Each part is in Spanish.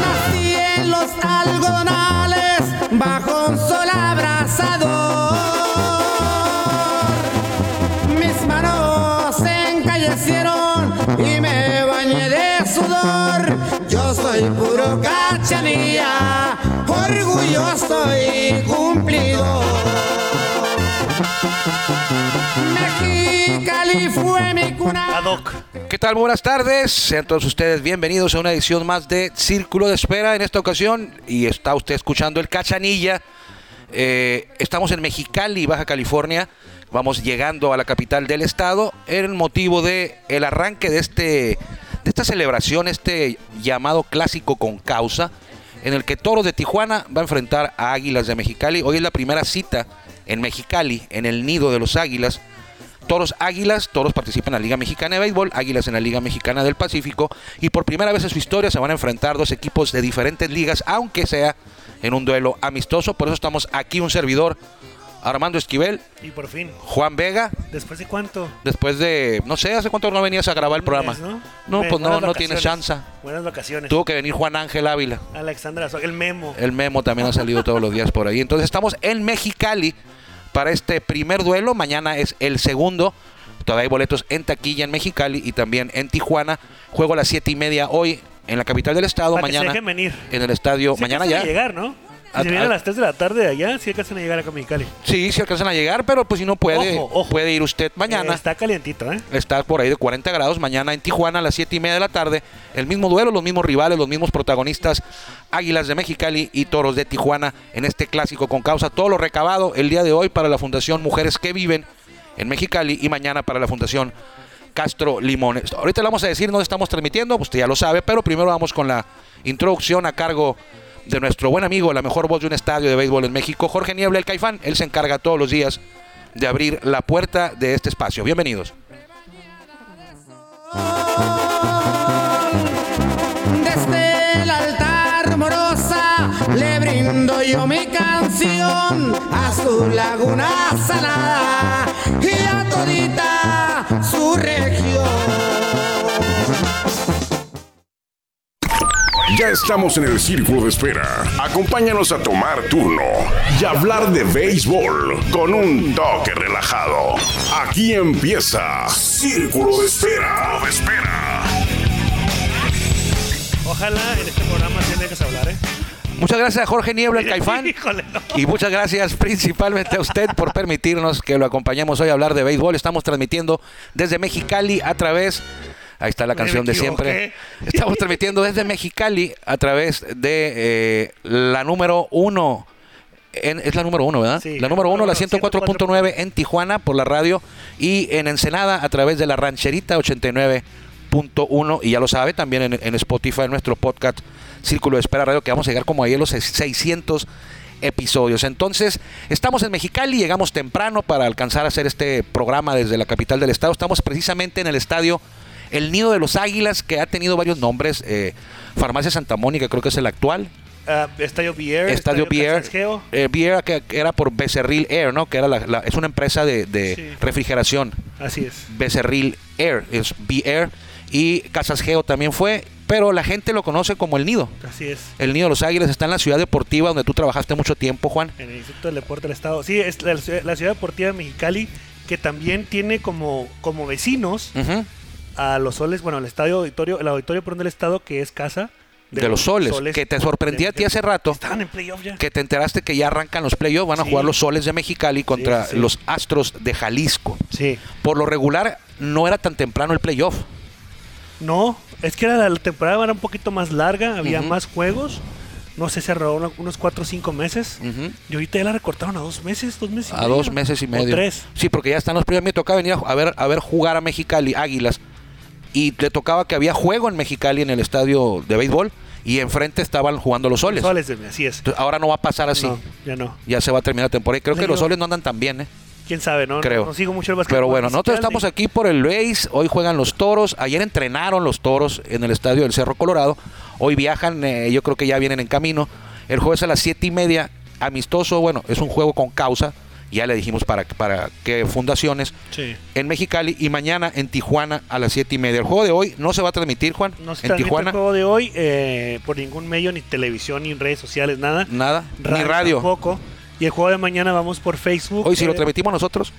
Nací en los algodonales bajo un sol abrasador. Mis manos se encallecieron y me bañé de sudor. Yo soy puro cachanilla, orgulloso y cumplido. Mexicali fue mi cuna. Adoc. ¿Qué tal? Muy buenas tardes. Sean todos ustedes bienvenidos a una edición más de Círculo de Espera en esta ocasión. Y está usted escuchando el Cachanilla. Eh, estamos en Mexicali, Baja California. Vamos llegando a la capital del estado en motivo de el arranque de este de esta celebración, este llamado clásico con causa, en el que Toros de Tijuana va a enfrentar a Águilas de Mexicali. Hoy es la primera cita en Mexicali, en el nido de los Águilas. Toros Águilas, Toros participan en la Liga Mexicana de Béisbol, Águilas en la Liga Mexicana del Pacífico y por primera vez en su historia se van a enfrentar dos equipos de diferentes ligas, aunque sea en un duelo amistoso. Por eso estamos aquí un servidor, Armando Esquivel, Y por fin. Juan Vega, ¿Después de cuánto? después de, no sé, ¿hace cuánto no venías a grabar el programa? Un mes, ¿no? No, Me- pues no, buenas no tienes vacaciones. chance. Buenas vacaciones. Tuvo que venir Juan Ángel Ávila. Alexandra, Azuaga, el memo. El memo también ha salido todos los días por ahí. Entonces estamos en Mexicali para este primer duelo. Mañana es el segundo. Todavía hay boletos en taquilla en Mexicali y también en Tijuana. Juego a las siete y media hoy en la capital del estado. Para que se mañana dejen venir. en el estadio. Sí mañana alcanzan ya. a llegar, ¿no? Si A- se viene a a- las 3 de la tarde de allá, sí alcanzan a llegar acá a Mexicali. Sí, si alcanzan a llegar, pero pues si no puede, Ojo, ojo. puede ir usted mañana. Eh, está calientito, ¿eh? Está por ahí de 40 grados. Mañana en Tijuana a las 7 y media de la tarde. El mismo duelo, los mismos rivales, los mismos protagonistas. Águilas de Mexicali y Toros de Tijuana en este clásico con causa. Todo lo recabado el día de hoy para la Fundación Mujeres que Viven en Mexicali y mañana para la Fundación Castro Limones. Ahorita le vamos a decir dónde estamos transmitiendo, usted ya lo sabe, pero primero vamos con la introducción a cargo de nuestro buen amigo, la mejor voz de un estadio de béisbol en México, Jorge Niebla, el Caifán. Él se encarga todos los días de abrir la puerta de este espacio. Bienvenidos. Desde el altar morosa le brindo yo mi canción a su laguna salada y a todita su región. Ya estamos en el círculo de espera. Acompáñanos a tomar turno y hablar de béisbol con un toque relajado. Aquí empieza Círculo de Espera. De espera. Ojalá en este programa sí dejes hablar, ¿eh? Muchas gracias a Jorge Niebla, el Caifán. Híjole, no. Y muchas gracias principalmente a usted por permitirnos que lo acompañemos hoy a hablar de béisbol. Estamos transmitiendo desde Mexicali a través. Ahí está la Me canción de equivoqué. siempre. Estamos transmitiendo desde Mexicali a través de eh, la número uno. en- es la número uno, ¿verdad? Sí, la número uno, la 104.9 104.9 en Tijuana por la radio y en Ensenada a través de la rancherita 89.1 y ya lo sabe también en, en Spotify en nuestro podcast Círculo de Espera Radio que vamos a llegar como ahí a los 600 episodios. Entonces, estamos en Mexicali, llegamos temprano para alcanzar a hacer este programa desde la capital del estado. Estamos precisamente en el estadio El Nido de los Águilas que ha tenido varios nombres. eh, Farmacia Santa Mónica creo que es el actual. Ah, Estadio Bier. Estadio Bier. Cansanjeo. eh, Bier, que que era por Becerril Air, ¿no? Que era la- la- es una empresa de, de Sí. refrigeración. Así es. Becerril Air, es Bier. Y Casas Geo también fue, pero la gente lo conoce como El Nido. Así es. El Nido de los Águilas está en la ciudad deportiva donde tú trabajaste mucho tiempo, Juan. En el Instituto del Deporte del Estado. Sí, es la, la ciudad deportiva de Mexicali, que también tiene como, como vecinos Ujú. a los soles, bueno, el estadio auditorio, el auditorio perdón del estado que es casa De, los soles, que te sorprendí a ti hace rato Estaban en playoff ya. que te enteraste que ya arrancan los playoffs, van a Sí. jugar los soles de Mexicali contra sí, sí. los Astros de Jalisco. Sí. Por lo regular, no era tan temprano el playoff. No, es que era la temporada era un poquito más larga, había Ujú. más juegos. No sé, se robaron unos 4 o 5 meses. Ujú. Y ahorita ya la recortaron a dos meses, dos meses y A medio. dos meses y medio. O tres. Sí, porque ya están los primeros. Me tocaba venir a ver, a ver jugar a Mexicali, Águilas. Y le tocaba que había juego en Mexicali en el estadio de béisbol. Y enfrente estaban jugando los soles. Soles, de- así es. Entonces, ahora no va a pasar así. No, ya no. Ya se va a terminar la temporada. Y creo Le que los digo- soles no andan tan bien, ¿eh? quién sabe, ¿no? creo. No, no sigo mucho el básquetbol. Pero bueno, Pues ni nosotros siquiera, estamos aquí por el Base. Hoy juegan los toros. Ayer entrenaron los toros en el estadio del Cerro Colorado. Hoy viajan, eh, yo creo que ya vienen en camino. El jueves a las siete y media, amistoso. Bueno, es un juego con causa. Ya le dijimos para, para qué fundaciones. Sí. En Mexicali y mañana en Tijuana a las siete y media. El juego de hoy no se va a transmitir, Juan. No se en transmite Tijuana, el juego de hoy eh, por ningún medio, ni televisión, ni redes sociales, nada. nada. ni radio. Tampoco. Y el juego de mañana vamos por Facebook. Hoy si lo Eh, transmitimos nosotros,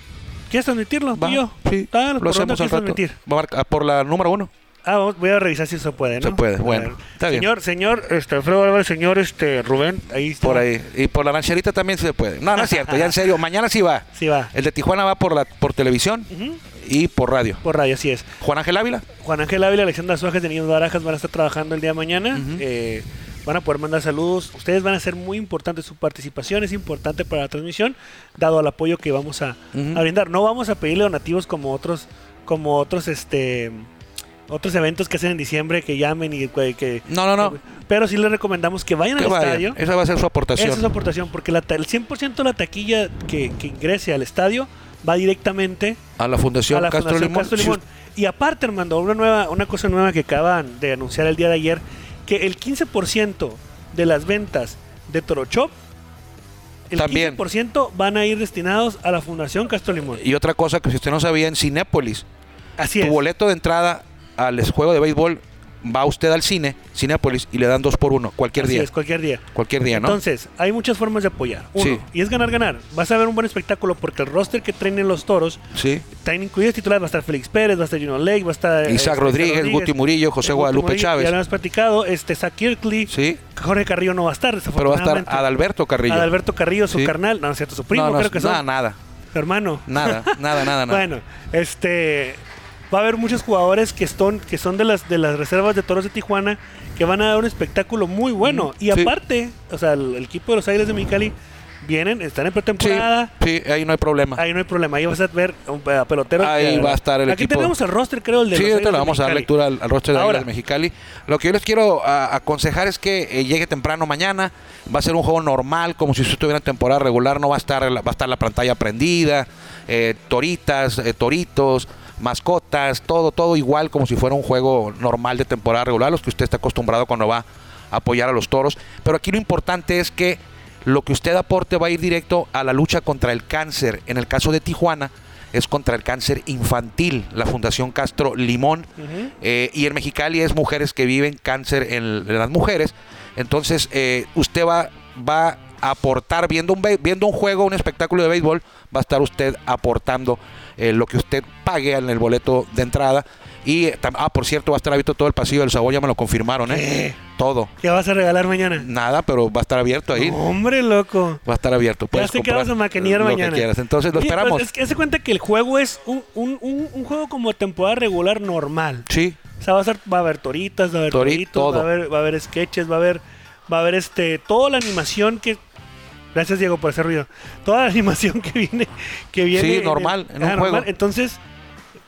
¿Quieres transmitirlo? tú va. y yo? Sí, Ah, ¿por dónde lo hacemos al quieres rato. transmitir? Marca- por la número uno. Ah, vamos- voy a revisar si se puede, ¿no? Se puede, A bueno, ver. está bien. Señor, señor, este, Alfredo Álvarez, señor, este, Rubén, ahí está. Por ahí. Y por la rancherita también se puede. No, no es cierto, ya en serio. Mañana sí va. Sí va. El de Tijuana va por la por televisión Ujú. y por radio. Por radio, así es. Juan Ángel Ávila. Juan Ángel Ávila, Alexandra Suárez de Niños Barajas van a estar trabajando el día de mañana. Eh, van a poder mandar saludos. Ustedes van a ser muy importantes. Su participación es importante para la transmisión, dado al apoyo que vamos a, Ujú. a brindar. No vamos a pedirle donativos como otros, como otros, este, otros eventos que hacen en diciembre que llamen y que. que- No, no, no. Pero sí les recomendamos que vayan Que al vaya. estadio. Esa va a ser su aportación. Esa es su aportación, porque la ta- el 100% de la taquilla que, que ingrese al estadio va directamente A la Fundación, a la Castro, Fundación Limón. Castro Si Limón. Y aparte, Armando, una, nueva, una cosa nueva que acaban de anunciar el día de ayer, que el 15% de las ventas de Torochop, el También. 15% van a ir destinados a la Fundación Castro Limón. usted- Y otra cosa que si usted no sabía, en Cinépolis, Así tu es. boleto de entrada al juego de béisbol, va usted al cine, Cinépolis, y le dan dos por uno, cualquier Así día. es, cualquier día. Cualquier día, ¿no? Entonces, hay muchas formas de apoyar. Uno, Sí. y es ganar, ganar. Vas a ver un buen espectáculo porque el roster que traen los toros sí. Están incluidos titulares, va a estar Félix Pérez, va a estar Juno Lake, va a estar... eh, Isaac este, Rodríguez, Guti Murillo, José eh, Guti Guadalupe Murillo, Chávez. Ya lo hemos platicado, este, Zach Kirkley, Sí. Jorge Carrillo no va a estar, Pero va a estar desafortunadamente. Adalberto Carrillo. Adalberto Carrillo, su Sí. carnal, no, no es cierto, su primo, no, no, creo que nada, son, nada, su hermano. nada, nada, nada, nada. Bueno, este... Va a haber muchos jugadores que son, que son de, las, de las reservas de Toros de Tijuana que van a dar un espectáculo muy bueno. y Mm, sí. aparte, o sea, el, el equipo de los Águilas de Mexicali vienen, están en sí, pretemporada, sí, ahí no hay problema. Ahí no hay problema, ahí vas a ver un pe- a pelotero. Ahí va a estar el Aquí equipo. tenemos el roster, creo, el de Sí, los ahorita Águilas le de vamos a dar Mexicali. lectura al, al roster de Ahora. Águilas Mexicali. Lo que yo les quiero a- aconsejar es que eh, llegue temprano mañana. Va a ser un juego normal, como si estuviera en temporada regular. No va a estar, la- va a estar la pantalla prendida, eh, toritas, eh, toritos, mascotas, todo, todo igual como si fuera un juego normal de temporada regular, los que usted está acostumbrado cuando va a apoyar a los toros. Pero aquí lo importante es que lo que usted aporte va a ir directo a la lucha contra el cáncer. En el caso de Tijuana, es contra el cáncer infantil, la Fundación Castro Limón. Ujú. Eh, y en Mexicali es mujeres que viven cáncer en, en las mujeres. Entonces, eh, usted va, va a aportar, viendo un, be- viendo un juego, un espectáculo de béisbol, va a estar usted aportando eh, lo que usted pague en el boleto de entrada. Y, eh, tam- ah, por cierto, va a estar abierto todo el pasillo del Saboya, me lo confirmaron, ¿eh? Todo. ¿Qué vas a regalar mañana? Nada, pero va a estar abierto ahí. Hombre, loco. Va a estar abierto. Ya Puedes sé que comprar vas a maquinear lo que mañana. quieras. Entonces, lo Oye, pues, esperamos. es que se cuenta que el juego es un, un- un- un juego como temporada regular normal. Sí, O sea, va a, ser- va a haber toritas, va a haber Tori- toritos, todo. va a haber, va a haber sketches, va a haber, va a haber este, toda la animación que. Gracias Diego por ese ruido. Toda la animación que viene, que viene. Sí, en el- normal, en un normal. juego. Entonces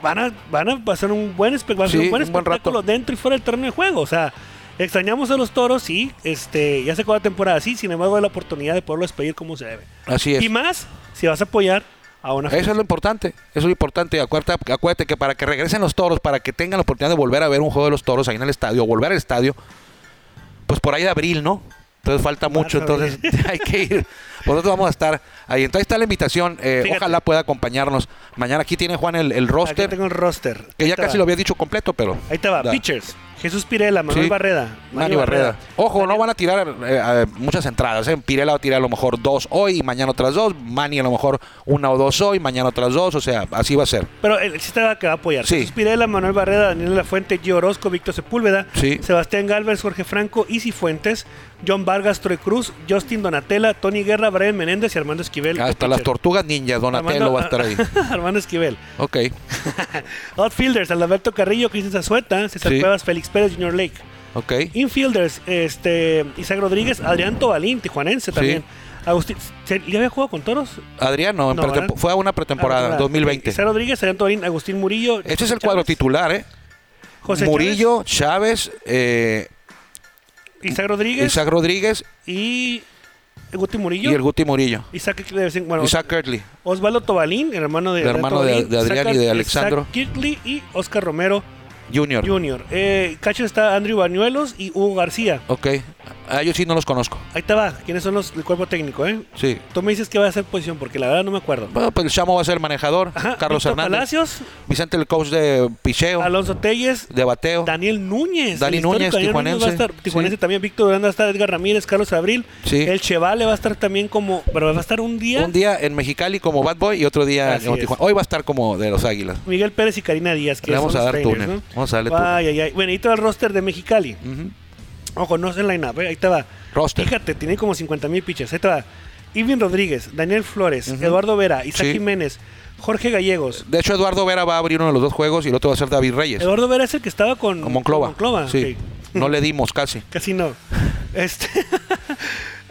van a, van a pasar un buen, espe- va a ser Sí, un buen un buen espectáculo rato. dentro y fuera del terreno de juego. O sea, extrañamos a los toros, sí. Este, ya se acabó la temporada, sí. Sin embargo, hay la oportunidad de poderlo despedir como se debe. así es. Y más si vas a apoyar a una. Eso es lo importante, eso es lo importante. Acuérdate, acuérdate que para que regresen los toros, para que tengan la oportunidad de volver a ver un juego de los toros ahí en el estadio, o volver al estadio, pues por ahí de abril, ¿no? Entonces falta mucho, Marzo, entonces hay que ir. Por Nosotros vamos a estar ahí. Entonces está la invitación, eh, Fíjate. ojalá pueda acompañarnos. Mañana aquí tiene Juan el, el Aquí roster, tengo el roster. que ya Ahí te va. casi lo había dicho completo, pero... Ahí te va, Da. pitchers. Jesús Pirela, Manuel Sí. Barreda. Manny Barreda. Ojo, no van a tirar eh, a- muchas entradas. ¿eh? Pirela va a tirar a lo mejor dos hoy y mañana otras dos. Manny a lo mejor una o dos hoy, mañana otras dos. O sea, así va a ser. Pero el chiste va que va a apoyar. Sí. Jesús Pirela, Manuel Barreda, Daniel Lafuente, Gio Orozco, Víctor Sepúlveda, Sí. Sebastián Galvez, Jorge Franco, Isi Fuentes, John Vargas, Troy Cruz, Justin Donatella, Tony Guerra, Brian Menéndez y Armando Esquivel. Hasta el las pitcher. ah, tortugas ninjas, Donatello Armando- va a estar ahí. Armando Esquivel. Ok. Outfielders, Alberto Carrillo, Cristian Zazueta, César Sí. Cuevas, Félix Pérez, Junior Lake. Ok. Infielders, este, Isaac Rodríguez, Adrián Tobalín, tijuanense también. Agustín, ¿se- ¿ya había jugado con toros? Adriano, en No, pretem- ¿verdad? fue a una pretemporada, Ah, 2020. Isaac Rodríguez, Adrián Tobalín, Agustín Murillo. Este es el Chávez, cuadro titular, ¿eh? José Murillo, Chávez, eh, Chávez, Isaac Rodríguez Isaac Rodríguez y el Guti Murillo. Y el Guti Murillo. Isaac Kirtley de vez en- bueno, Isaac Kirtley. Osvaldo Tobalín, el hermano de, El hermano de- Tobalín, de Adrián y de Isaac- Alexandro. Isaac Kirtley y Oscar Romero Junior. Jr. Eh, Cacho está Andrew Bañuelos y Hugo García. Ok. Ah, yo sí no los conozco. Ahí te va, quiénes son los del cuerpo técnico, ¿eh? Sí. Tú me dices que va a ser posición porque la verdad no me acuerdo. Bueno, pues el Chamo va a ser el manejador. Ajá, Carlos Víctor Hernández. Palacios, Vicente, el coach de picheo, Alonso Telles, de bateo. Daniel Núñez. Dani el histórico Daniel Núñez, Núñez va a tijuanense. estar, tijuanense Sí. también, Víctor Durán va a estar, Edgar Ramírez, Carlos Abril. Sí. El Chevale va a estar también como, pero va a estar un día. Un día en Mexicali como Bad Boy y otro día Así en es. Tijuana. Hoy va a estar como de los Águilas. Miguel Pérez y Karina Díaz. Que Le vamos son a los dar trainers, túnel. ¿no? Vamos a darle Ay, ay, ay. Bueno, ahí te va el roster de Mexicali. Ojo, no es en line up, ahí te va. Roster. Fíjate, tiene como 50 mil pitchers. Ahí te va. Irving Rodríguez, Daniel Flores, Eduardo Vera, Isaac Sí. Jiménez, Jorge Gallegos. De hecho, Eduardo Vera va a abrir uno de los dos juegos y el otro va a ser David Reyes. Eduardo Vera es el que estaba con, Con Monclova. con Monclova, Sí. ok. No le dimos casi. Casi no. Este,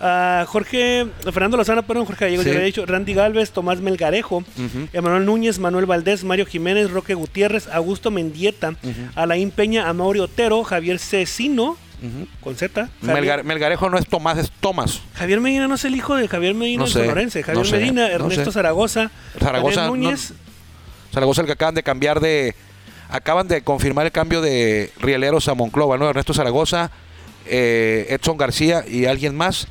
ah, Jorge, Fernando Lozano, perdón, Jorge Gallegos, Sí. ya lo había dicho, Randy Galvez, Tomás Melgarejo, Emanuel Núñez, Manuel Valdés, Mario Jiménez, Roque Gutiérrez, Augusto Mendieta, Alain Peña, Amaury Otero, Javier Cecino, con Z. Javier, Melgar- Melgarejo no es Tomás, es Tomás. Javier Medina no es el hijo de Javier Medina No el sé, sonorense. Javier no sé, Medina, no Ernesto sé. Zaragoza, Zaragoza, Javier Núñez. Zaragoza el que acaban de cambiar de... Acaban de confirmar el cambio de Rieleros a Monclova, ¿no? Ernesto Zaragoza, eh, Edson García y alguien más.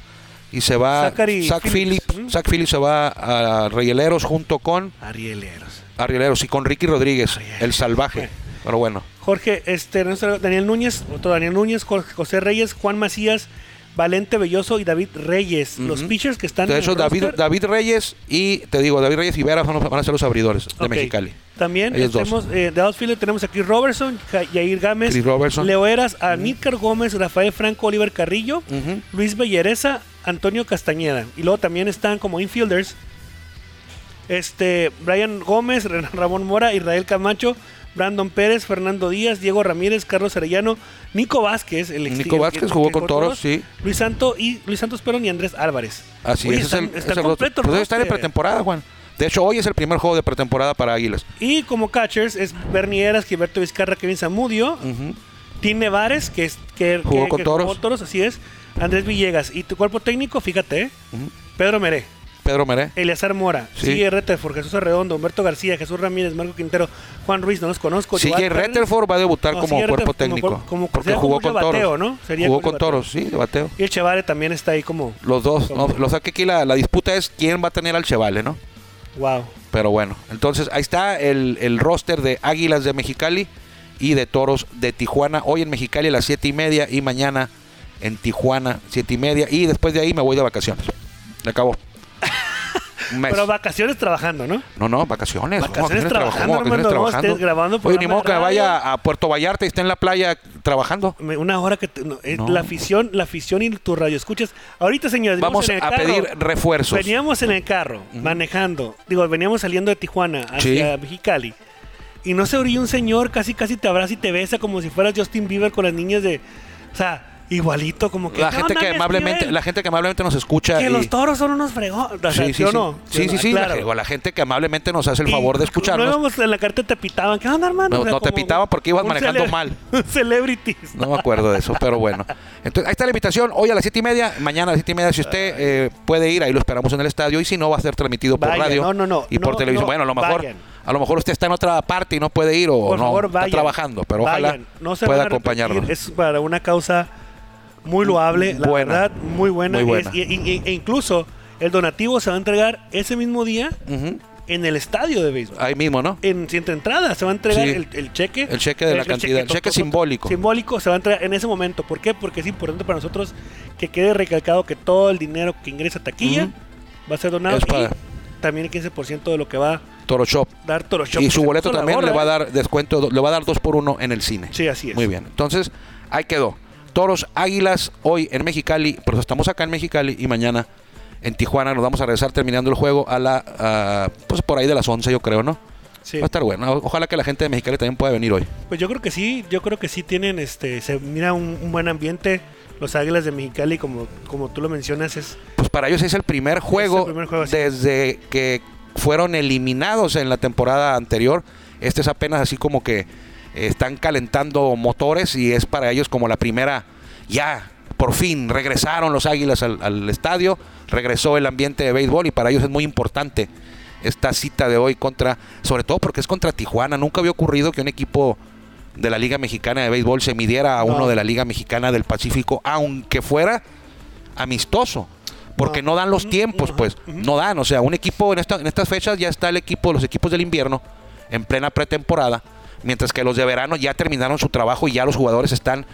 Y se va... Zachary Zach Phillips. Phillips. Zach Phillips se va a Rieleros junto con... Arieleros. A Rieleros y con Ricky Rodríguez, Rieleros. el salvaje. Pero bueno. Jorge, este, Ernesto- Daniel Núñez, otro Daniel Núñez, Jorge- José Reyes, Juan Macías, Valente Belloso y David Reyes. Los pitchers que están De en hecho, el David, roster. David Reyes y... Te digo, David Reyes y Vera van a van a ser los abridores de Ok. Mexicali. También Ellos dos. tenemos, eh, de outfielder tenemos aquí Robertson, Ja- Jair Gámez, Chris Robertson. Leo Eras, Anícar Gómez, Rafael Franco, Oliver Carrillo, Ujú. Luis Bellereza, Antonio Castañeda. Y luego también están como infielders este, Brian Gómez, Ren- Ramón Mora, Israel Camacho, Brandon Pérez, Fernando Díaz, Diego Ramírez, Carlos Arellano, Nico Vázquez, el ex- Nico el- Vázquez el- jugó que con Toros, sí. Luis Santo y Luis Santos Perón y Andrés Álvarez. Así Oye, es, ese están, Eh, es el, están es el roster. completo el Pues ellos están en roster. pretemporada, Juan. De hecho, hoy es el primer juego de pretemporada para Águilas. Y como catchers es Bernie Eras, Gilberto Vizcarra, Kevin Zamudio, Tim Nevares, que, es, que, Mm. Jugó que- con que Toros. así es, Andrés Villegas. Y tu cuerpo técnico, fíjate, ¿eh? Pedro Meré, Pedro Meré. Eleazar Mora, Sí. sigue Rutherford, Jesús Arredondo, Humberto García, Jesús Ramírez, Marco Quintero, Juan Ruiz, no los conozco. CJ Joan Perry. Rutherford va a debutar No, como CJ cuerpo Rutherford como técnico. cuer- como- porque sería como jugó con de bateo, toros. ¿no? Sería como jugó con de bateo. toros, sí, de bateo. Y el Chevare también está ahí como, Los dos. ¿no? Lo saqué aquí la, la disputa es quién va a tener al Chevale, ¿no? wow. Pero bueno, entonces ahí está el, el roster de Águilas de Mexicali y de Toros de Tijuana. Hoy en Mexicali a las 7 y media y mañana en Tijuana 7 y media. Y después de ahí me voy de vacaciones. Le acabó. Un mes. Pero vacaciones trabajando, ¿no? No, no, vacaciones. ¿cómo Vacaciones trabajando, ¿Cómo Armando, no estés grabando Oye, programa ni modo que de me radio. vaya a Puerto Vallarta y esté en la playa trabajando. Me- Una hora que te- no, eh, No. la afición, la afición y tu radio escuchas. Ahorita, señores, Vamos en el a carro. pedir refuerzos. Veníamos en el carro, manejando. Digo, veníamos saliendo de Tijuana hacia Sí. Mexicali. Y no se orilla un señor, casi casi te abraza y te besa como si fueras Justin Bieber con las niñas de. O sea, igualito, como que. La "¿Qué gente onda, que mi amablemente, Esquivel? la gente que amablemente nos escucha. Que y- los toros son unos fregones. O sea, sí, sí, ¿sí o sí. no? Sí, o sí, no? sí, Claro. la, o la gente que amablemente nos hace el Y favor de No escucharnos. íbamos en la carta te pitaban. ¿Qué onda, hermano? No, no te pitaban porque ibas un manejando cele- mal. un Celebrities. No me acuerdo de eso, pero bueno. Entonces, ahí está la invitación. Hoy a las siete y media, mañana a las siete y media, si usted eh, puede ir, ahí lo esperamos en el estadio. Y si no, va a ser transmitido por Vaya, radio no, no, no, y por no, televisión. no, bueno, a lo mejor, vayan. a lo mejor usted está en otra parte y no puede ir o Por no favor, está vayan. trabajando, pero ojalá Vayan. No se pueda van a arrepentir. acompañarnos. Es para una causa muy loable, la Buena. verdad, muy buena. Muy buena. Es- y- y- e incluso el donativo se va a entregar ese mismo día Ujú. en el estadio de béisbol. Ahí mismo, ¿no? En siete entradas se va a entregar Sí. el, el cheque. El cheque de la cantidad, el cheque simbólico. Simbólico se va a entregar en ese momento. ¿Por qué? Porque es importante para nosotros que quede recalcado que todo el dinero que ingresa a taquilla va a ser donado. Es para- Y también el 15% de lo que va a Toro Shop. dar Toro Shop. Y su Se boleto puso la también le gorra, va a ¿eh? dar descuento, do- le va a dar dos por uno en el cine. Sí, así es. Muy bien. Entonces, ahí quedó. Toros, Águilas, hoy en Mexicali. Por eso estamos acá en Mexicali y mañana en Tijuana. Nos vamos a regresar terminando el juego a la. a, pues por ahí de las 11, yo creo, ¿no? ¿eh? Sí. Va a estar bueno. O- Ojalá que la gente de Mexicali también pueda venir hoy. Pues yo creo que sí, yo creo que sí tienen, este, se mira un, un buen ambiente. Los Águilas de Mexicali, como, como tú lo mencionas, es Pues para ellos es el primer juego, primer juego, sí. desde que fueron eliminados en la temporada anterior. Este es apenas así como que eh, están calentando motores y es para ellos como la primera. Ya, por fin regresaron los Águilas al, al estadio. regresó el ambiente de béisbol y para ellos es muy importante esta cita de hoy contra, sobre todo porque es contra Tijuana. Nunca había ocurrido que un equipo de la Liga Mexicana de Béisbol se midiera a uno No. de la Liga Mexicana del Pacífico, aunque fuera amistoso. Porque No. no, dan los Ujú, tiempos, ujú, pues. No dan. O sea, un equipo en, esta- en estas fechas ya está el equipo, los equipos del invierno, en plena pretemporada. Mientras que los de verano ya terminaron su trabajo y ya los jugadores están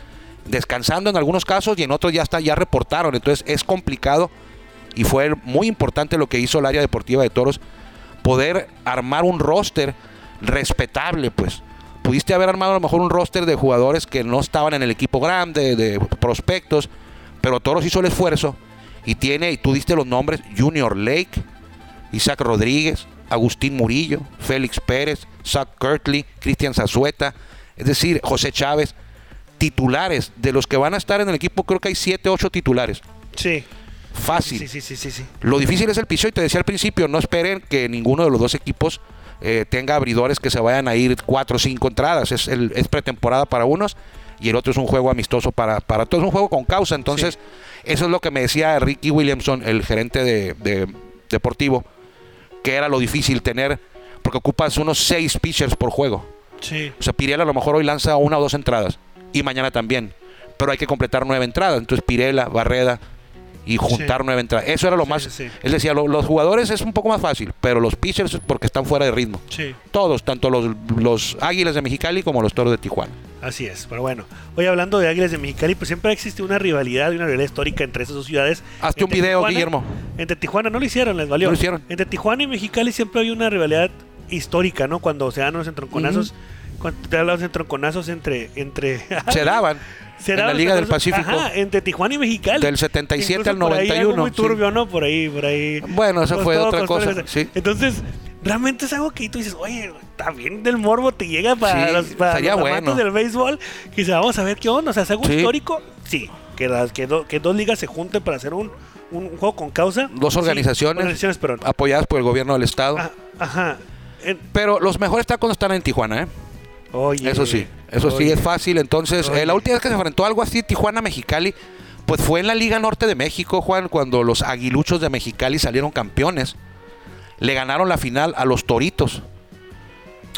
descansando en algunos casos y en otros ya está, ya reportaron. Entonces es complicado y fue muy importante lo que hizo el área deportiva de Toros, poder armar un roster respetable, pues. Pudiste haber armado a lo mejor un roster de jugadores que no estaban en el equipo grande, de prospectos, pero Toros hizo el esfuerzo y tiene, y tú diste los nombres, Junior Lake, Isaac Rodríguez, Agustín Murillo, Félix Pérez, Zach Kirtley, Cristian Zazueta, es decir, José Chávez, titulares, de los que van a estar en el equipo creo que hay 7, 8 titulares, Sí. fácil. Sí, sí, sí, sí, sí. Lo difícil es el piso y te decía al principio, no esperen que ninguno de los dos equipos eh, tenga abridores que se vayan a ir cuatro o cinco entradas. Es, el- es pretemporada para unos y el otro es un juego amistoso para, para todos. Es un juego con causa. Entonces, eso es lo que me decía Ricky Williamson, el gerente de, de Deportivo, que era lo difícil tener, porque ocupas unos seis pitchers por juego. Sí. O sea, Pirela a lo mejor hoy lanza una o dos entradas y mañana también. Pero hay que completar nueve entradas. Entonces Pirela, Barreda y juntar Sí. nueve entradas. Eso era lo Sí, más. sí, sí. Él decía, lo- los jugadores es un poco más fácil, pero los pitchers es porque están fuera de ritmo. Sí. Todos, tanto los, los Águilas de Mexicali como los Toros de Tijuana. Así es, pero bueno, hoy hablando de Águilas de Mexicali, pues siempre existe una rivalidad y una rivalidad histórica entre esas dos ciudades. Hazte un Entre video, Tijuana- Guillermo. Entre Tijuana, no lo hicieron, les valió. No lo hicieron. Entre Tijuana y Mexicali siempre había una rivalidad histórica, ¿no? Cuando se dan los entronconazos, cuando te dan los entronconazos entre... entre Se daban Ah, se en dan la los Liga del entronconazos- Pacífico. Ajá, entre Tijuana y Mexicali. Del 77 Incluso al por ahí algo 91, muy sí. turbio, ¿no? Por ahí, por ahí. Bueno, eso Pues fue todo otra costó- cosa, sí. Entonces... Realmente es algo que tú dices, oye, también del morbo te llega para Sí, los, para estaría los amantes bueno. del béisbol. Quizá vamos a ver qué onda. O sea, es algo Sí. histórico, sí. Que, las, que, do- que dos ligas se junten para hacer un, un juego con causa. Dos Sí, organizaciones. Ah. organizaciones, perdón. apoyadas por el gobierno del Estado. Ah, Ajá. En- Pero los mejores tacos no están en Tijuana, ¿eh? oye. Eso sí, eso sí oye. es fácil. Entonces, eh, Oye. la última vez que se enfrentó algo así Tijuana Mexicali, pues fue en la Liga Norte de México, Juan, cuando los Aguiluchos de Mexicali salieron campeones. Le ganaron la final a los Toritos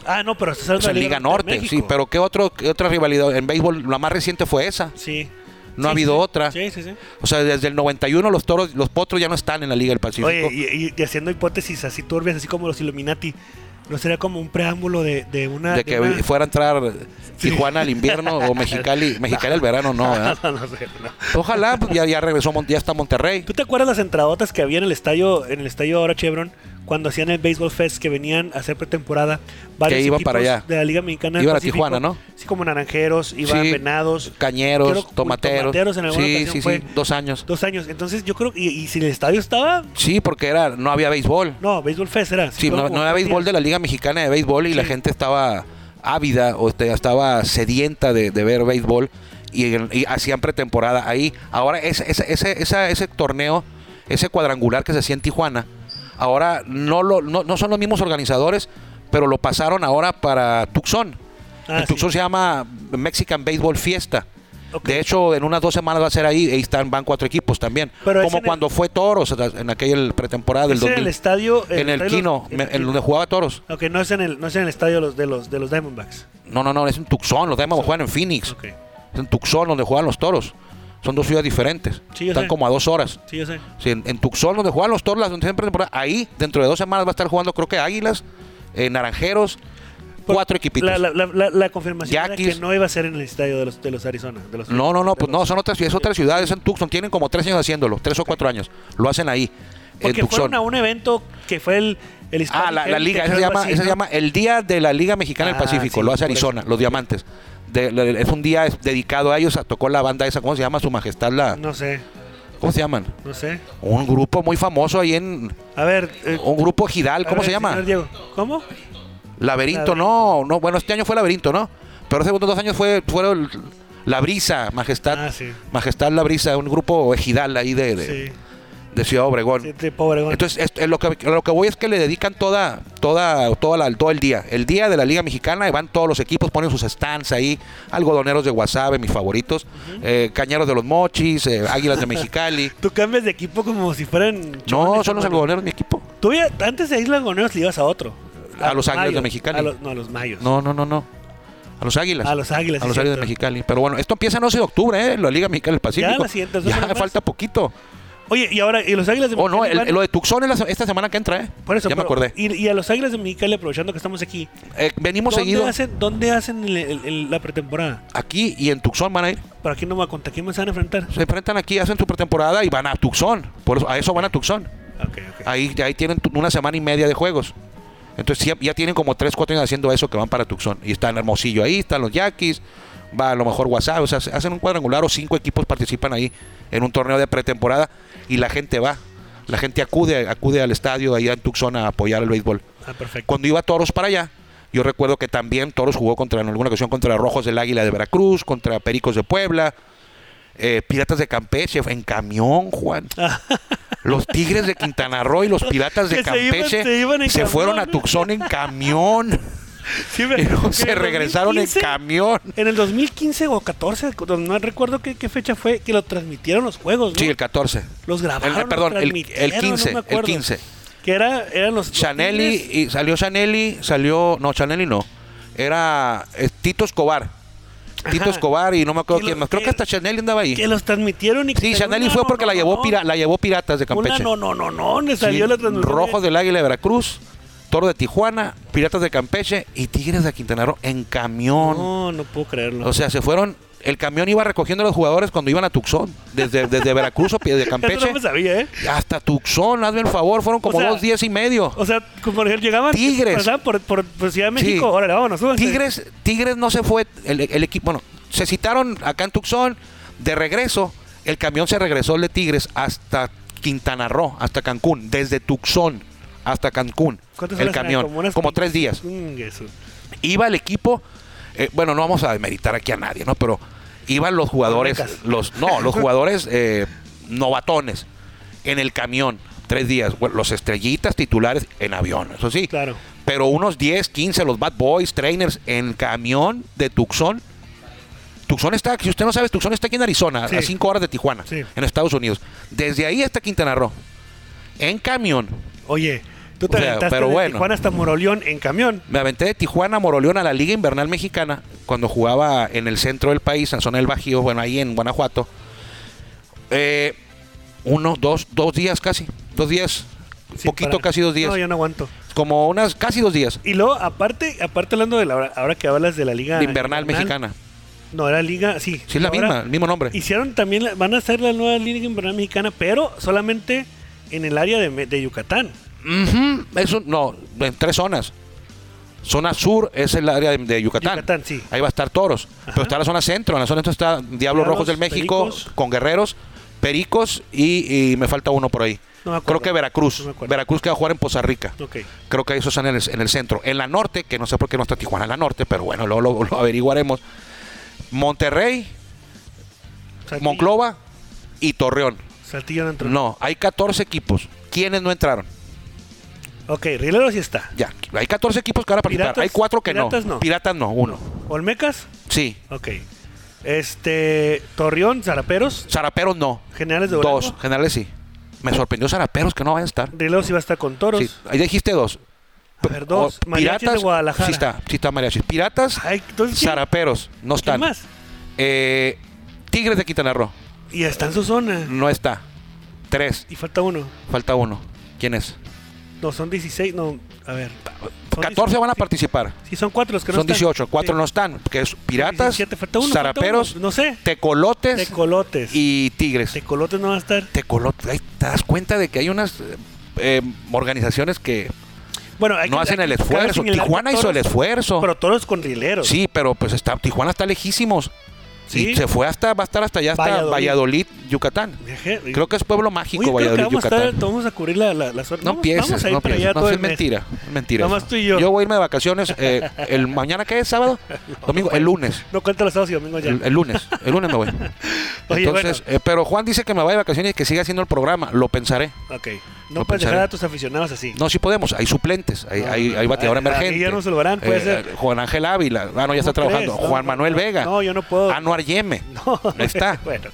Ah, no, pero estás hablando pues, en de Liga de Norte, México. sí, pero qué otro qué otra rivalidad en béisbol la más reciente fue esa. Sí. No Sí, ha habido sí. otra. Sí, sí, sí. O sea, desde el 91 los Toros, los Potros ya no están en la Liga del Pacífico. Oye, y, y- y haciendo hipótesis así turbias, así como los Illuminati, ¿no sería como un preámbulo de, de una... de de que una- fuera a entrar Tijuana al invierno o Mexicali, Mexicali al verano, no, ¿verdad? No, no sé, no. Ojalá, pues, ya, ya regresó, Mon- ya está Monterrey. ¿Tú te acuerdas las entradotas que había en el estadio, en el estadio ahora Chevron, cuando hacían el Baseball Fest que venían a hacer pretemporada? Que iban para allá. De la Liga Mexicana. del Iban a Pacífico, Tijuana, ¿no? Sí, como naranjeros, iban Sí, venados. Cañeros, Creo que tomateros. Tomateros en alguna sí, ocasión sí, fue. sí, dos años. Dos años. Entonces yo creo que. Y, y si el estadio estaba. Sí, porque era no había béisbol. No, Baseball Fest era. Sí, fueron no, como no había tres béisbol de días. la Liga Mexicana de Béisbol y la Sí. gente estaba ávida o este, estaba sedienta de, de ver béisbol y, y hacían pretemporada ahí. Ahora ese, ese, ese, esa- ese torneo, ese cuadrangular que se hacía en Tijuana, ahora no, lo, no, no son los mismos organizadores, pero lo pasaron ahora para Tucson. Ah, en Tucson sí. se llama Mexican Baseball Fiesta. Ok. De hecho, en unas dos semanas va a ser ahí, ahí están, van cuatro equipos también. Pero es Como en el- cuando fue Toros o sea, en aquella pretemporada del ¿Es en 2000. el estadio. en el estadio- Quino, en me- el en Quino. donde jugaba Toros. Ok, no es en el, no es en el estadio de los, de los, de los Diamondbacks. No, no, no, es en Tucson, los Diamondbacks juegan en Phoenix. Ok. Es en Tucson donde juegan los Toros. Son dos ciudades diferentes. Sí, yo están sé. como a dos horas. Sí, yo sé. Sí, en, en Tucson donde juegan los Toros, las donde hacen pretemporada, ahí dentro de dos semanas va a estar jugando creo que Águilas, eh, Naranjeros, cuatro equipitos. Pues, La, la, la, la- la confirmación era Yaquis. que no iba a ser en el estadio de los, de los Arizona. De los No, no, no, de pues los- no, son otras, es otra ciudad, es en Tucson, tienen como tres años haciéndolo, tres o cuatro años, lo hacen ahí, Porque en Tucson. fueron a un evento que fue el, el Ah, Hispanic la, la Heritage liga, o ese se, algo llama, así, ese se ¿no? llama el Día de la Liga Mexicana del Ah, Pacífico, sí, lo hace por eso. Arizona, los Diamantes. De- le- es un día es- dedicado a ellos, a- tocó la banda esa, ¿cómo se llama? Su Majestad, la, No sé, ¿cómo se llaman? no sé. Un grupo muy famoso ahí en, A ver. eh, un grupo Gidal, a ¿cómo ver, se llama? señor Diego. ¿Cómo? Laberinto, no, no, bueno, este año fue Laberinto, ¿no? Pero hace unos dos años fue, fueron La Brisa, Majestad, Ah, sí. Majestad La Brisa, un grupo ejidal ahí de, de- Sí. de Ciudad Obregón. Sí, sí, pobre, güey. Entonces, es- es lo, que, lo que voy es que le dedican toda, toda, toda la- todo el día. El día de la Liga Mexicana y van todos los equipos, ponen sus stands ahí, algodoneros de Guasave, mis favoritos, eh, cañeros de los mochis, eh, águilas de Mexicali. tú cambias de equipo como si fueran. no, chones, son los hermano. algodoneros mi equipo. Tú ya- antes de Isla Goneros le ibas a otro. A los Águilas de Mayos, Mexicali. a los- no, a los Mayos. No, no, no, no. A los águilas. A los Águilas, A sí, los águilas cierto. de Mexicali. Pero bueno, esto empieza en 11 de octubre, ¿eh? La Liga Mexicana del Pacífico. la siguiente Ya, semana más. falta poquito. Oye, y ahora, ¿y los Águilas de Oh, no, el- van- lo de Tucson es la se- esta semana que entra, ¿eh? Por eso, ya me pero- acordé. Y, y a los Águilas de Mexicali, aprovechando que estamos aquí, Eh, venimos ¿dónde seguido hacen, dónde hacen el- el- el- la pretemporada? aquí y en Tucson van a ir. Pero aquí no me va a contar quién más se van a enfrentar. Se enfrentan aquí, hacen su pretemporada y van a Tucson. Por eso, a eso van a Tucson. Ok, ok. Ahí, ahí tienen tu- una semana y media de juegos. Entonces ya, ya tienen como 3, 4 años haciendo eso que van para Tucson. Y están Hermosillo ahí, están los Yaquis, va a lo mejor WhatsApp. O sea, se- hacen un cuadrangular o cinco equipos participan ahí en un torneo de pretemporada y la gente va. La gente acude, acude al estadio ahí en Tucson a apoyar el béisbol. Ah, perfecto. Cuando iba Toros para allá, yo recuerdo que también Toros jugó contra, en alguna ocasión contra Rojos del Águila de Veracruz, contra Pericos de Puebla, eh, Piratas de Campeche, en camión, Juan. Los Tigres de Quintana Roo y los Piratas de Que se iban- Campeche se, se iban en camión, fueron a ¿no? Tucson en camión Sí, me- y luego en se el regresaron en 2015, camión. En el 2015 o 14, no no recuerdo qué, qué fecha fue, que lo transmitieron los juegos, ¿no? Sí, el 14. Los grabaron. El- los perdón, el- el transmitieron, 15, me el acuerdo. 15. Que era, eran los. los Chanelli, Tigres. y salió Chanelli, salió, no, Chanelli no, era eh, Tito Escobar. Tito Ajá. Escobar y no me acuerdo Que lo- quién más. Creo que- que hasta Chanelli andaba ahí. Que los transmitieron y que Sí, salió Chanelli una fue porque la llevó no, pira- la llevó Piratas de Una Campeche. no, no, no, no, le salió Sí, la transmisión. Rojos del Águila de Veracruz, Toro de Tijuana, Piratas de Campeche y Tigres de Quintana Roo en camión. No, no puedo creerlo. O sea, se fueron. El camión iba recogiendo a los jugadores cuando iban a Tucson, desde, desde Veracruz o de Eso Campeche no me sabía, ¿eh? hasta Tucson. Hazme el favor, fueron como O sea, dos días y medio. O sea, como por ejemplo, llegaban. Tigres. pasaban por, por, por Ciudad de Sí. México, órale, vámonos, súbanse. Tigres, Tigres no se fue, el, el equipo, bueno, se citaron acá en Tucson, de regreso, el camión se regresó el de Tigres hasta Quintana Roo, hasta Cancún, desde Tucson hasta Cancún, ¿Cuántas el horas eran? camión, como, unas- tres días. Chingue su- Iba el equipo, eh, bueno, no vamos a demeritar aquí a nadie, ¿no? Pero iban los jugadores, Olmecas. los, no, los jugadores eh, novatones en el camión, tres días, Bueno, los estrellitas titulares en avión, eso sí Claro. pero unos 10, 15, los Bad Boys, trainers, en camión de Tucson. Tucson está, si usted no sabe, Tucson está aquí en Arizona, Sí. a 5 horas de Tijuana, Sí. en Estados Unidos. Desde ahí hasta Quintana Roo, en camión. Oye, tú te O sea, aventaste pero de bueno. Tijuana hasta Moroleón en camión. Me aventé de Tijuana a Moroleón a la Liga Invernal Mexicana cuando jugaba en el centro del país, en zona del Bajío, bueno, ahí en Guanajuato. Eh, uno, dos, dos días casi, dos días, sin poquito parar. casi dos días, No, yo no aguanto. como unas casi dos días. Y luego, aparte, aparte hablando de la ahora que hablas de la liga de invernal, mexicana. No, era liga, sí. Sí, es la Ahora misma, el mismo nombre. Hicieron también, la- van a hacer la nueva liga invernal mexicana, pero solamente en el área de, Me- de Yucatán. Ujú, es un- no, en tres zonas. Zona sur es el área de, de Yucatán. Yucatán, sí. Ahí va a estar toros. Pero está la zona centro. En la zona centro está Diablos Diablos, Rojos del México Pericos. con Guerreros, Pericos y, y me falta uno por ahí. No me acuerdo. Creo que Veracruz. No me acuerdo. Veracruz que va a jugar en Poza Rica. Ok. Creo que eso están en el, en el centro. En la norte, que no sé por qué no está Tijuana en la norte, pero bueno, luego lo, lo averiguaremos. Monterrey, Saltillo- Monclova y Torreón. Saltillo no entró. No, hay 14 equipos. ¿Quiénes no entraron? Ok, Rilero sí está. Ya, hay 14 equipos que van a participar. Piratas- hay 4 que Piratas no. no. Piratas no, uno. Olmecas, Sí. ok. Este, Torreón, Zaraperos, Zaraperos no. Generales de Durango. Dos. Generales sí. Me sorprendió Zaraperos que no van a estar. Rilero sí va a estar con Toros. Sí, ahí dijiste dos. A ver, dos. O- Mariachis de Guadalajara. Sí está, sí está Mariachis. Piratas, Ay, entonces, ¿quién- Zaraperos, no ¿Quién están. más? Eh, Tigres de Quintana Roo, Y está en su zona. no está. Tres, Y falta uno. falta uno. ¿Quién es? No, son 16. No, a ver. Son 14 van a 16. participar. Sí, son cuatro los que no Son están. 18, cuatro Sí. no están, que es Piratas, 17, falta uno, falta Zaraperos, uno. No sé. Tecolotes Tecolotes. y Tigres. Tecolotes no va a estar. Tecolote. Ahí te das cuenta de que hay unas eh, eh, organizaciones que Bueno, hay no que- hacen hay que- el cabe esfuerzo. señalar que Tijuana hizo toros- el esfuerzo. Pero toros con rileros. sí, pero pues está, Tijuana está lejísimos. Sí. Y se fue hasta, va a estar hasta allá, hasta Valladolid. Valladolid, Yucatán. Viaje- Creo que es pueblo mágico, Oye, creo que Valladolid, vamos a, Yucatán. estar, vamos a cubrir la, la, la zona. No Vamos- pienses, vamos a ir no para allá pienses. No, todo es el mes. mentira. Es mentira. Nada eso. más tú y yo. voy a irme de vacaciones. eh, el ¿Mañana qué es? ¿Sábado? Domingo. El lunes. No cuenta los sábados y domingos ya. El, el lunes. El lunes me voy. Oye, Entonces, eh, pero Juan dice que me vaya de vacaciones y que siga haciendo el programa. Lo pensaré. ok. No lo puedes pensaré. dejar a tus aficionados así. No, sí podemos. Hay suplentes. Hay, No, hay, no, hay bateador a- a emergente. Eh, Guillermo Zulbarán puede ser. Juan Ángel Ávila. Ah, no, ya está ¿Cómo trabajando. crees? No, Juan no, Manuel no, Vega. no, yo no puedo. Anuar Yeme. No, Ahí está. bueno.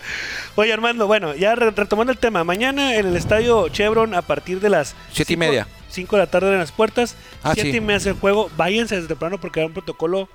Oye, Armando, bueno, ya re- retomando el tema. Mañana en el estadio Chevron, a partir de las. Siete y cinco- media. Cinco de la tarde en las puertas. Ah, siete sí. y media es el juego. Váyanse desde temprano porque hay un protocolo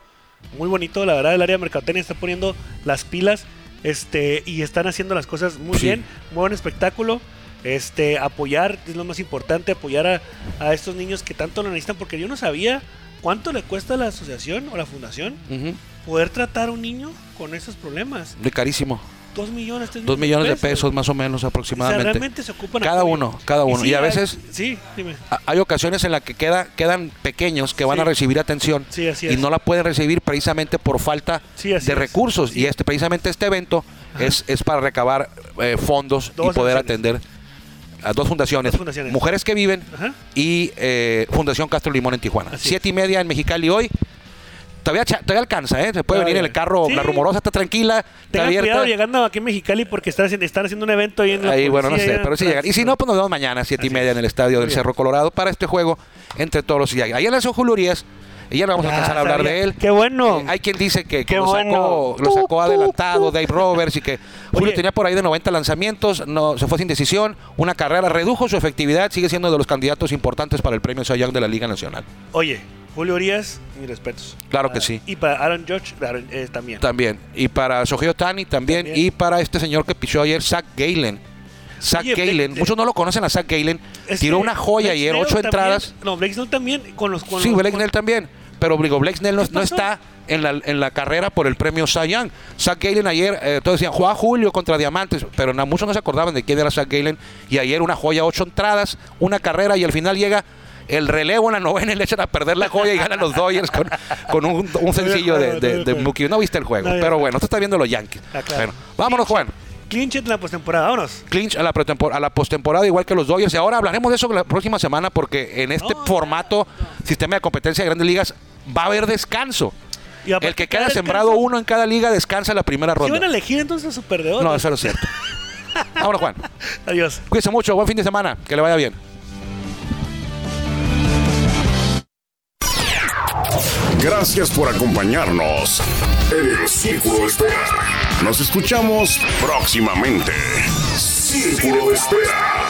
muy bonito. La verdad, el área de mercadotecnia está poniendo las pilas. Este, y están haciendo las cosas muy Sí. bien. Muy buen espectáculo. Este, apoyar es lo más importante, apoyar a, a estos niños que tanto lo necesitan, porque yo no sabía cuánto le cuesta a la asociación o la fundación Ujú. poder tratar a un niño con esos problemas. De carísimo. 2 millones, tres Dos millones de pesos más o menos O sea, aproximadamente. realmente se ocupan Cada apoyo. uno, cada uno. sí, Y a hay- veces- sí, dime. A- Hay ocasiones en las que queda, quedan pequeños que van Sí. a recibir atención Sí, así y es. no la pueden recibir precisamente por falta Sí, así de es. recursos. Sí. Y este precisamente este evento es, es para recabar eh, fondos Dos y fundaciones. poder atender a dos fundaciones. Dos fundaciones. Mujeres que viven Ajá. y eh, Fundación Castro Limón en Tijuana. Así Siete y media en Mexicali hoy. Todavía, cha- todavía alcanza, ¿eh? Se puede venir en el Todavía. carro, Sí. la rumorosa está tranquila, está Tengan abierta. cuidado llegando aquí en Mexicali porque están, haciendo- están haciendo un evento ahí en la Ahí, bueno, no policía, sé, ahí en pero sí llegan. Y si no, pues nos vemos mañana a 7 y Así media es. en el estadio del Muy Cerro Colorado para este juego entre todos los Ahí en las Julurías, y ya no vamos a Ah, alcanzar a hablar sabía. de él. Qué bueno. Eh, hay quien dice que, que Qué lo, sacó, bueno. lo sacó adelantado Dave Roberts y que Julio Oye. tenía por ahí de 90 lanzamientos, no se fue sin decisión, una carrera, redujo su efectividad, sigue siendo de los candidatos importantes para el premio Cy Young de la Liga Nacional. Oye, Julio Urias, mis respetos. Claro que Ah, sí. Y para Aaron George Aaron, eh, también. También. Y para Sogeo Tani también, También. Y para este señor que pichó ayer, Zach Galen. Zach Oye, Galen. de- Muchos no lo conocen a Zach Galen. Este, Tiró una joya Blake ayer, Snell ocho también- entradas. No, Blake Snell también con los con Sí, los- Blake con- Snell también. Pero digo, Blake Snell no, no pasó? está en la, en la carrera por el premio Cy Young. Zach Galen ayer, eh, todos decían, jugaba Julio contra Diamantes, pero na- muchos no se acordaban de quién era Zach Galen. Y ayer una joya, ocho entradas, una carrera y al final llega el relevo en la novena y le echan a perder la joya y ganan los Dodgers con, con un, un sencillo de, juego, no vi de, el de juego. Mookie. No viste el juego, No vi el pero juego. bueno, tú estás viendo los Yankees. Ah, claro. Bueno, vámonos, Juan. Clinch en la postemporada, vámonos. Clinch a la, pretempor- a la postemporada, igual que los Dodgers. Y ahora hablaremos de eso la próxima semana, porque en este No, formato, sistema de competencia de grandes ligas, va a haber descanso. Y aparte, El que cada queda descanso- sembrado uno en cada liga descansa la primera ¿Sí van a ronda. elegir entonces a su perdedor? No, eso no es cierto. Ahora, Juan, Adiós. cuídese mucho, buen fin de semana, que le vaya bien. Gracias por acompañarnos en el Círculo de Espera. Nos escuchamos próximamente. Círculo de Espera.